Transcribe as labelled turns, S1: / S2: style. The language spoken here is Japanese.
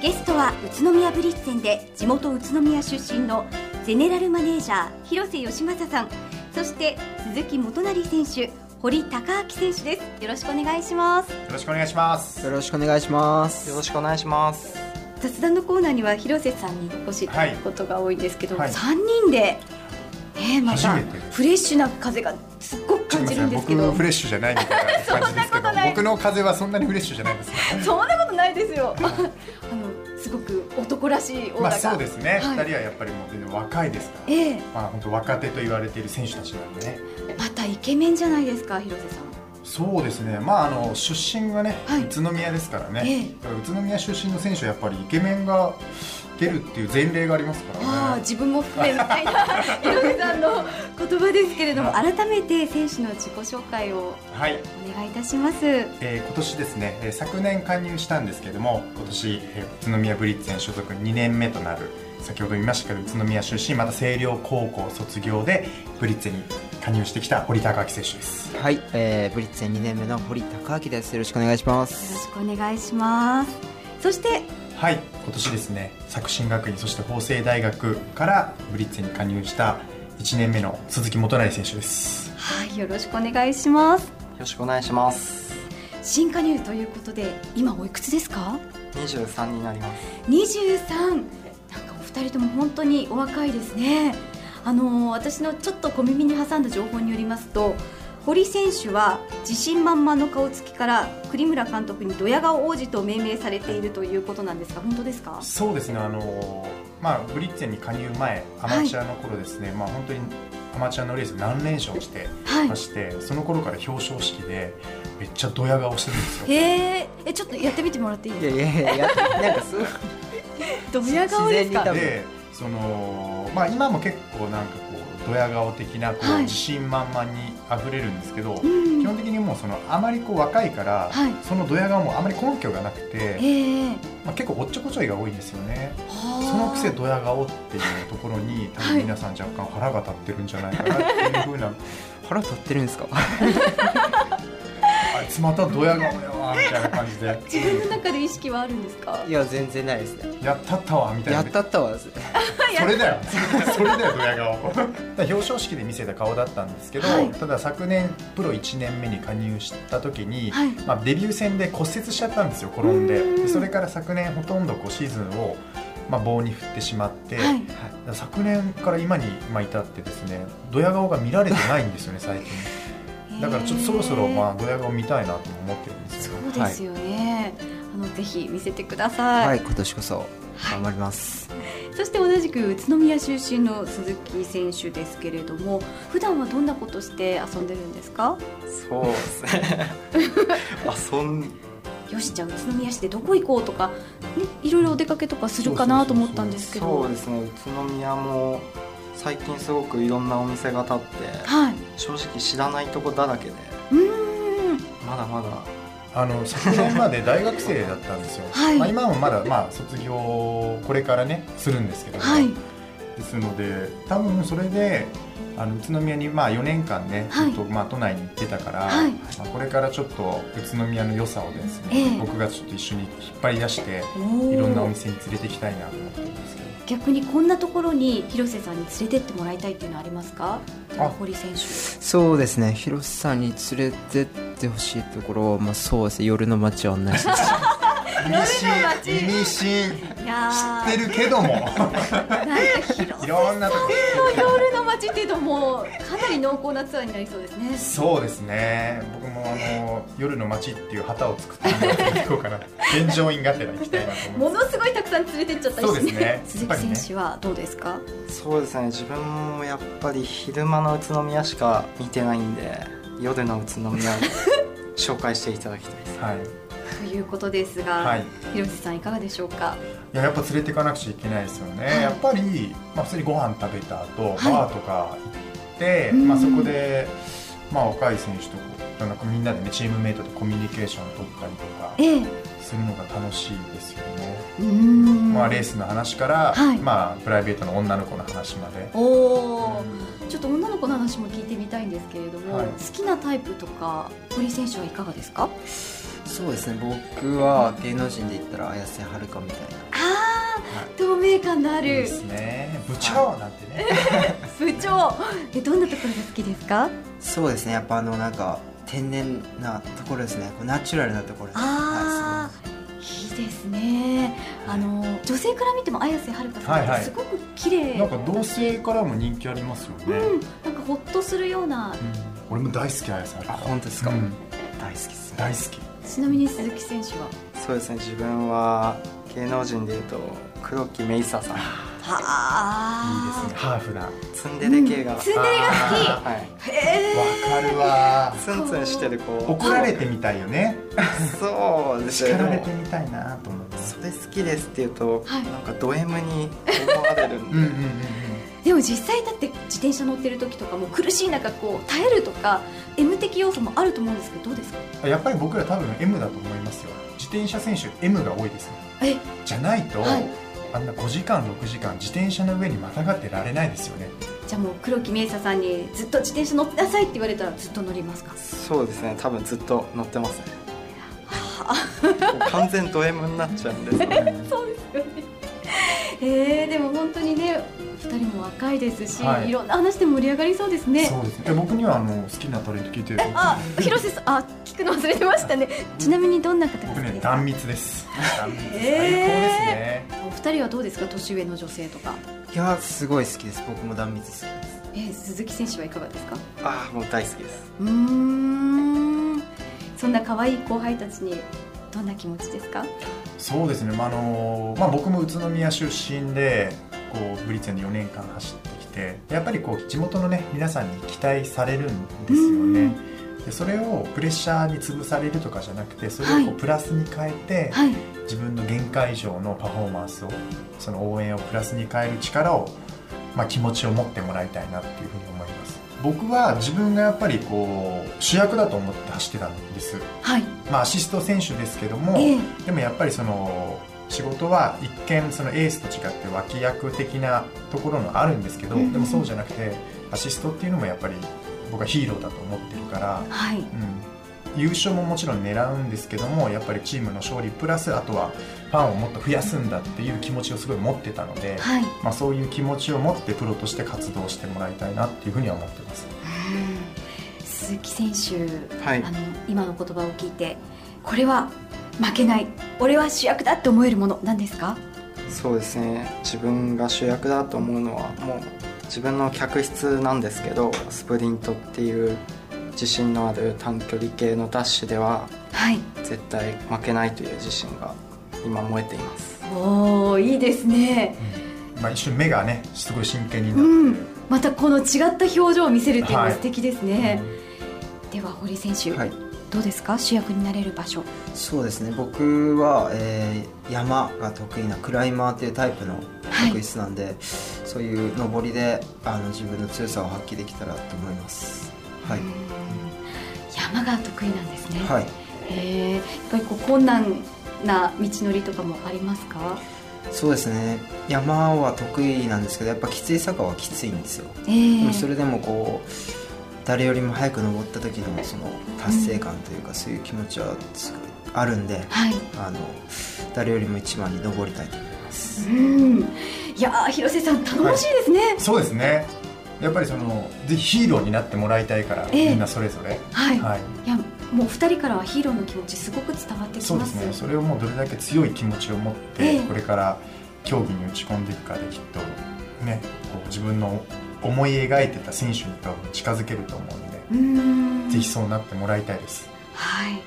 S1: ゲストは宇都宮ブリッツェンで地元宇都宮出身のゼネラルマネージャー広瀬義正さんそして鈴木元成選手堀高明選手ですよろしくお願いします
S2: よろしくお願いします
S3: よろしくお願いします
S4: よろしくお願いします
S1: 雑談のコーナーには広瀬さんにお越しいただくことが多いんですけど、
S2: はい
S1: 三人で、ね、また
S2: 初めて
S1: フレッシュな風がすっごく感じるんですけ
S2: 僕の
S1: ど
S2: フレッシュじゃないみたいな感じですけ
S1: そんなこと
S2: ど
S1: ない
S2: 僕の風はそんなにフレッシュじゃないですね
S1: そんなことないですよ あのすごく男らしいオーラが、
S2: まあそうですね、
S1: はい
S2: 二人はやっぱりもう全然若いですから
S1: ええ
S2: まあ本当若手と言われている選手たちなんでね
S1: またイケメンじゃないですか広瀬さん
S2: そうですねまああの出身がね、
S1: はい
S2: 宇都宮ですからね、
S1: ええ
S2: だから宇都宮出身の選手はやっぱりイケメンが出るっていう前例がありますからね
S1: ああ自分も含めみたいな広瀬さんの言葉ですけれども改めて選手の自己紹介を
S2: はい
S1: お願いいたします
S2: えー今年ですね、えー昨年加入したんですけども今年、えー宇都宮ブリッツェン所属2年目となる先ほど言いましたけど宇都宮出身また星稜高校卒業でブリッツェンに加入してきた堀高明選手です
S3: はい、えー、ブリッツェ2年目の堀高明ですよろしくお願いしま
S1: よろし
S3: す
S1: くお願いしますそして
S2: はい今年ですね作新学院そして法政大学からブリッツェンに加入した1年目の鈴木元成選手です
S1: はいよろしくお願いします
S4: よろしくお願いします
S1: 新加入ということで今おいくつですか
S4: 23になります
S1: 23なんかお二人とも本当にお若いですねあのー私のちょっと小耳に挟んだ情報によりますと堀選手は自信満々の顔つきから栗村監督にドヤ顔王子と命名されているということなんですが本当ですか
S2: そうですねあのーまあブリッツェンに加入前アマチュアの頃ですね、まあ本当にアマチュアのレース何連勝して
S1: はい
S2: まして、その頃から表彰式でめっちゃドヤ顔してるんですよ。
S1: へーえちょっとやってみてもらっていい
S3: い
S1: で
S3: や
S1: す
S3: い
S1: か
S3: やいややなんかすごい
S1: ドヤ顔です
S3: 自然に多
S1: か
S3: 分
S2: でそのまあ、今も結構なんかこうドヤ顔的なこう、
S1: はい
S2: 自信満々にあふれるんですけど、
S1: うん
S2: 基本的にもうそのあまりこう若いから、
S1: はい
S2: そのドヤ顔もあまり根拠がなくて、
S1: ええ
S2: まあ、結構おっちょこちょいが多いんですよね
S1: そ
S2: そのくせドヤ顔っていうところに多分皆さん若干腹が立ってるんじゃないかなっていうふ うな、
S3: 腹立ってるんですか
S2: あいつまたドヤ顔やわみたいな感じで
S1: 自分の中で意識はあるんですか
S3: いや全然ないですね
S2: やったったわみたい
S3: や
S2: な
S3: ったったわですね
S2: それだよ それだよドヤ顔だから 表彰式で見せた顔だったんですけど、
S1: はい
S2: ただ昨年プロ1年目に加入した時に、
S1: はい
S2: まあ、デビュー戦で骨折しちゃったんですよ転んで
S1: うん
S2: でそれから昨年ほとんどこうシーズンを、まあ、棒に振ってしまって、
S1: はい
S2: だから昨年から今にまあ至ってですねドヤ顔が見られてないんですよね最近だからちょっとそろそろまあドヤ顔見たいなとも思ってるんです
S1: そ
S2: よ、
S1: うですよね、あのぜひ見せてください、
S3: はい今年こそ頑張ります、
S1: そして同じく宇都宮出身の鈴木選手ですけれども普段はどんなことして遊んでるんですか
S4: そうです ね遊ん
S1: よしじゃあ宇都宮市でどこ行こうとか、ね、いろいろお出かけとかするかなと思ったんですけ
S4: そう
S1: ど
S4: ですね宇都宮も最近すごくいろんなお店が立って
S1: はい
S4: 正直知らないとこだらけで
S1: うーん
S4: まだまだ
S2: あの昨年まで大学生だったんですよ、
S1: はい
S2: まあ、今もまだまあ卒業これからねするんですけども、
S1: はい
S2: ですので多分それであの宇都宮にまあ4年間ね、
S1: はい
S2: ずっとまあ都内に行ってたから、
S1: はい
S2: まあ、これからちょっと宇都宮の良さをですね、
S1: ええ
S2: 僕がちょっと一緒に引っ張り出して
S1: お
S2: いろんなお
S1: ー
S2: 店に連れて行きたいなと思ってるんですけど
S1: 逆にこんなところに広瀬さんに連れてってもらいたいっていうのはありますか
S2: あ
S1: 堀選手
S3: そうですね広瀬さんに連れてってほしいところまあそうですね夜の街を案内して ほしい
S2: 意味深意味深
S1: いやー
S2: 知ってるけども
S1: なんか広
S2: いろんなとこ
S1: 夜の街っていうともうかなり濃厚なツアーになりそうですね
S2: そうですね僕もあの夜の街っていう旗を作って行こう かな添乗員がてら行きたいなと思
S1: も
S2: い
S1: の
S2: ます
S1: すごいたくさん連れてっちゃったり
S2: そうで
S1: し
S2: す
S1: て、
S2: ね
S1: 鈴木選手はどうですか、
S4: そうですね自分もやっぱり昼間の宇都宮しか見てないんで夜の宇都宮を紹介していただきたいです
S2: はい、い
S1: ということですが、
S2: はい
S1: 広瀬さんいかがでしょうか
S2: ややっぱ連れていかなくちゃいけないですよね、
S1: はい
S2: やっぱり、まあ、普通にご飯食べた後、
S1: はい
S2: バーとか行って、
S1: うん
S2: まあ、そこで、まあ、若い選手とこうなんかみんなでねチームメイトとコミュニケーションを取ったりとか
S1: ええう
S2: するのが楽しいですよね、
S1: ーん
S2: まあ、レースの話から、
S1: はい
S2: まあ、プライベートの女の子の話まで、
S1: おーちょっと女の子の話も聞いてみたいんですけれども、
S2: はい
S1: 好きなタイプとか堀選手はいかがですか
S3: そうですね僕は芸能人で言ったら綾瀬はるかみたいな
S1: あー透明感のあ
S2: いい
S1: る
S2: ですね部長なんてね
S1: 部長えどんなところが好きですか
S3: そうですねやっぱあのなんか天然なところですねこうナチュラルなところです
S1: あ
S3: はい
S1: ーいいですねあの女性から見ても綾瀬はるかさん
S2: はい
S1: っ
S2: はい
S1: てすごく綺麗
S2: なんか同性からも人気ありますよね、
S1: うんなんかほっとするような
S2: 俺も大好き綾瀬はる
S4: あ
S2: か
S4: 本当ですか、
S2: うん
S4: 大好きですね
S2: 大好き
S1: ちなみに鈴木選手は
S4: そうですね自分は芸能人でいうと黒木メイサさん
S1: はあ
S2: いいですねハーフなわ
S4: ツンデレ系が、
S1: ツンデレが好
S4: はい
S1: きへえ
S2: か るわ
S4: ツンツンしてる子
S2: 怒られてみたいよね
S4: そうです
S2: 叱
S4: ねで
S2: られ
S4: も
S2: てみたいなと思って
S4: それ好きですって言うと、
S1: はい
S4: なんかド M に思われるんで、
S2: うんうんうんうん
S1: でも実際だって自転車乗ってる時とかも苦しい中こう耐えるとか M 的要素もあると思うんですけどどうですか
S2: やっぱり僕ら多分 M だと思いますよ自転車選手 M が多いですね
S1: え
S2: じゃないと、
S1: はい
S2: あんな5時間6時間自転車の上にまたがってられないですよね
S1: じゃあもう黒木メイサさんにずっと自転車乗ってなさいって言われたらずっと乗りますか
S4: そうですね多分ずっと乗ってますね
S1: はあ
S4: もう完全ド M になっちゃうんですよね
S1: そうですよねえー、でも本当にね二人も若いですし、、
S2: はいい
S1: ろんな話で盛り上がりそうですね
S2: そうですねえ僕にはあの好きなタレント聞いてる
S1: あ広瀬さんあ聞くの忘れてましたねちなみにどんな方が好
S2: 僕
S1: き
S2: ね
S1: ですか
S2: 断蜜です断蜜最高です
S1: え
S2: ね、
S1: お二人はどうですか年上の女性とか、
S3: いやすごい好きです僕も断蜜好きです
S1: えー、鈴木選手はいかがですか
S4: ああもう大好きです
S1: うーん そんな可愛い後輩たちにどんな気持ちですか
S2: そうですね、まああのまあ、僕も宇都宮出身でこうブリッツェンで4年間走ってきてやっぱりこう地元の、ね、皆さんに期待されるんですよねでそれをプレッシャーに潰されるとかじゃなくてそれをこ
S1: はいう
S2: プラスに変えて、
S1: はい
S2: 自分の限界以上のパフォーマンスをその応援をプラスに変える力を、まあ、気持ちを持ってもらいたいなっていうふうに思います僕は自分がやっぱりこう主役だと思って走ってたんです、
S1: はい
S2: まあ、アシスト選手ですけども、
S1: ええ
S2: でもやっぱりその仕事は一見そのエースと違って脇役的なところもあるんですけど、
S1: うん
S2: でもそうじゃなくてアシストっていうのもやっぱり僕はヒーローだと思ってるから、
S1: はい
S2: うん、優勝ももちろん狙うんですけどもやっぱりチームの勝利プラスあとはファンをもっと増やすんだっていう気持ちをすごい持ってたので、
S1: はい
S2: まあ、そういう気持ちを持ってプロとして活動してもらいたいなっていうふうには思ってます。
S1: うん鈴木選手、
S4: はい
S1: あの今の言葉を聞いてこれは負けない俺は主役だって思えるものなんですか
S4: そうですね自分が主役だと思うのはもう自分の客室なんですけどスプリントっていう自信のある短距離系のダッシュでは
S1: はい
S4: 絶対負けないという自信が今燃えています
S1: おおいいですね
S2: まあ、一瞬目がねすごい真剣になって
S1: う
S2: る、
S1: んまたこの違った表情を見せるっていうのは
S2: はい
S1: 素敵ですね、では堀選手、
S3: はい
S1: どうですか主役になれる場所
S3: そうですね僕は、えー山が得意なクライマーっていうタイプの
S1: はい
S3: 特質なんで、そういう登りであの自分の強さを発揮できたらと思いますはい、
S1: うん山が得意なんですね、
S3: はい、
S1: へえやっぱりこう困難な道のりとかもありますか
S3: そうですね山は得意なんですけどやっぱきつい坂はきついんですよ、
S1: え
S3: で
S1: え
S3: もそれでもこう誰よりも早く登った時のその達成感というか、そういう気持ちはすごいあるんで
S1: はい
S3: あの誰よりも一番に登りたいと思います
S1: うんいやー広瀬さん頼もしいですね
S2: そうですねやっぱりそのぜひヒーローになってもらいたいから、
S1: ええ
S2: みんなそれぞれ、
S1: はい、
S2: はい、
S1: い、やもう二人からはヒーローの気持ちすごく伝わってき
S2: そう
S1: ま
S2: ですすねそれをもうどれだけ強い気持ちを持って、
S1: ええ
S2: これから競技に打ち込んでいくかできっとねこう自分の思い描いてた選手に多分近づけると思うので、
S1: うーん
S2: ぜひそうなってもらいたいです
S1: はい